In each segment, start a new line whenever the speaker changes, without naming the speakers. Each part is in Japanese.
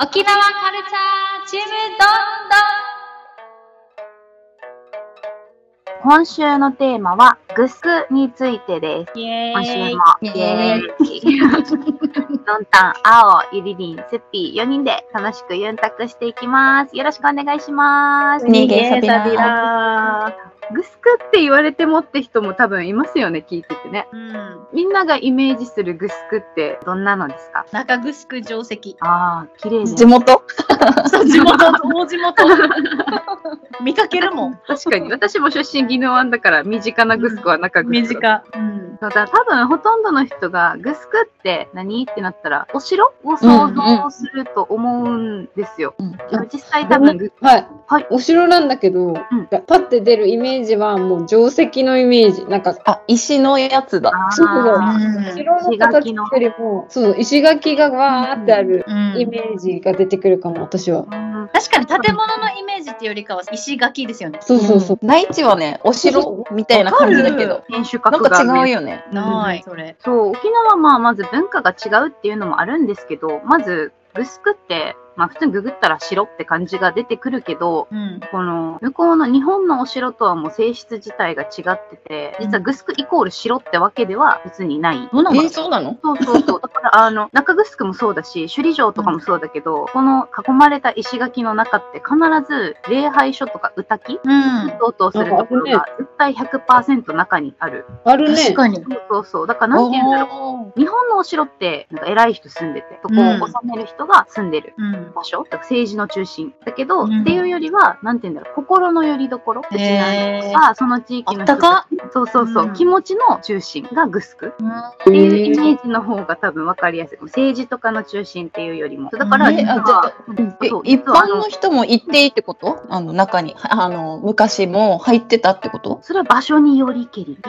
沖縄カルチャーチームど
今週のテーマは、グスクについてです。
んどんイエ
今週も、
イ
イ
エ
エ
ーイ
ーイ。のんたん、あお、ゆりりん、すっぴー、4人で楽しくゆんたくしていきます。よろしくお願いします。
にげさびら
グスクって言われてもって人も多分いますよね、聞いててね。
うん。
みんながイメージするグスクってどんなのですか
中グスク定石。
ああ、綺麗
地元
そう、地元、大地 元。見かけるもん。
確かに。私も出身宜野湾だから、身近なグスクは中グスク。
身近。うん。
そうだ多分ほとんどの人がグスクって何ってなったらお城を想像すると思うんですよ。
うん
でも実際多分グ
はい、
はい
お城なんだけど、パッて出るイメージはもう定石のイメージなんか
あ、石のやつだ。
あー
そうだ
う
城の形よりもそう石垣がわーってある
ん
イメージが出てくるかも私は。
うん
確かに建物のイメージっていうよりかは石垣ですよね。
そうそうそう。
うん内地はね、お城みたいな感じだけ
わ
ど、
天守
なん
閣が
か
ある
違うよね。
ない、それ。
そう沖縄はまあまず文化が違うっていうのもあるんですけどまずグスクって、まあ、普通にググったら城って感じが出てくるけど
うん。
この向こうの日本のお城とはもう性質自体が違ってて実はグスクイコール城ってわけでは別にない。
どうな
の
そうなの
そうそうそう。だから、 あの、中城もそうだし、首里城とかもそうだけど、この囲まれた石垣の中って必ず礼拝所とか御嶽
うん。
等々するところが絶対100%中にある。
ある
確
ね。
かに。
そうそうそう。だから、なんて言うんだろ
お
う。
ー
日本のお城って、なんか偉い人住んでて、そこ
うん
を治める人が住んでる。
うん。
場所だから政治の中心だけど、
うん
っていうよりはなんて言うんだろう心の拠り所うちなんとかその地域の人たちそうそうそう、
うん
気持ちの中心がグスク
う
っていうイメージの方が多分分かりやすい。政治とかの中心っていうよりも。だから、
ね
実
あじゃ
は
あ
うん
え
そう
一
実はあ
般の人も行っていいってことあの中に、はあの、昔も入ってたってこと
それは場所によりけり。行けて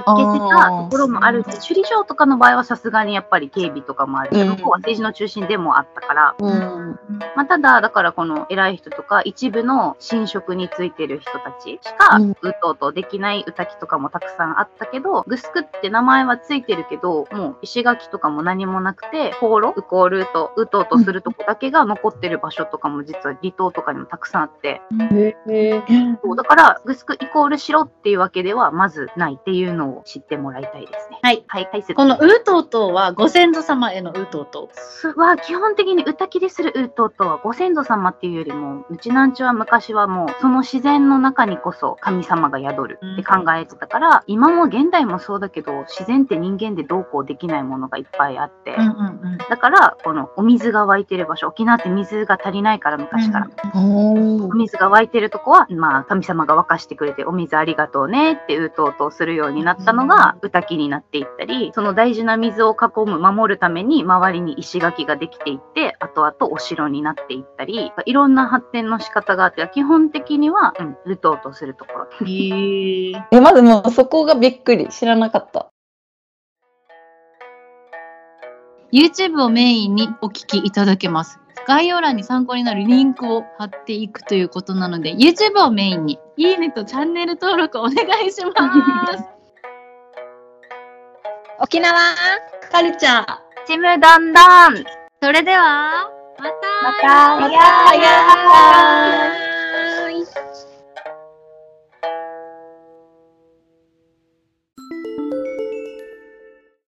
たところもあるし、
あー
首里城とかの場合はさすがにやっぱり警備とかもあるし、
うん
向こうは政治の中心でもあったから、
うん。
まあ、ただ、だからこの偉い人とか、一部の侵食についてる人たちしか、
うん
うとうとできない歌きとかもたくさんあったけど、グスクって名前はついてるけど、もう石垣とかも何もなくて、放浪、ウコールと、うとうとするとこだけが残ってる場所とかも実は離島とかにもたくさんあって、
へえ
そうだから、グスクイコール城っていうわけではまずないっていうのを知ってもらいたいですね。
はい。
はい、解説。
このウートウトウはご先祖様へのウートウト
すは基本的に歌切りするウートとはご先祖様っていうよりもうちなんちは昔はもうその自然の中にこそ神様が宿るって考えてたから、今も現代もそうだけど自然って人間でどうこうできないものがいっぱいあって、
ウ。うんうん
だからこのお水が湧いてる場所沖縄って水が足りないから昔から、
お
お
ー
水が湧いてるとこは、まあ、神様が沸かしてくれて、お水ありがとうねって、うとうとするようになったのが、うたきになっていったり、その大事な水を囲む、守るために、周りに石垣ができていって、後々お城になっていったり、いろんな発展の仕方があって、基本的には、うん、うとうとするところ。
うん。へえ。
え、まずもうそこがびっくり。知らなかった。
YouTube をメインにお聞きいただけます。概要欄に参考になるリンクを貼っていくということなので、YouTube をメインに、いいねとチャンネル登録お願いします。
沖縄カルチャー。
ちむどんどん
それでは、また
また
またやー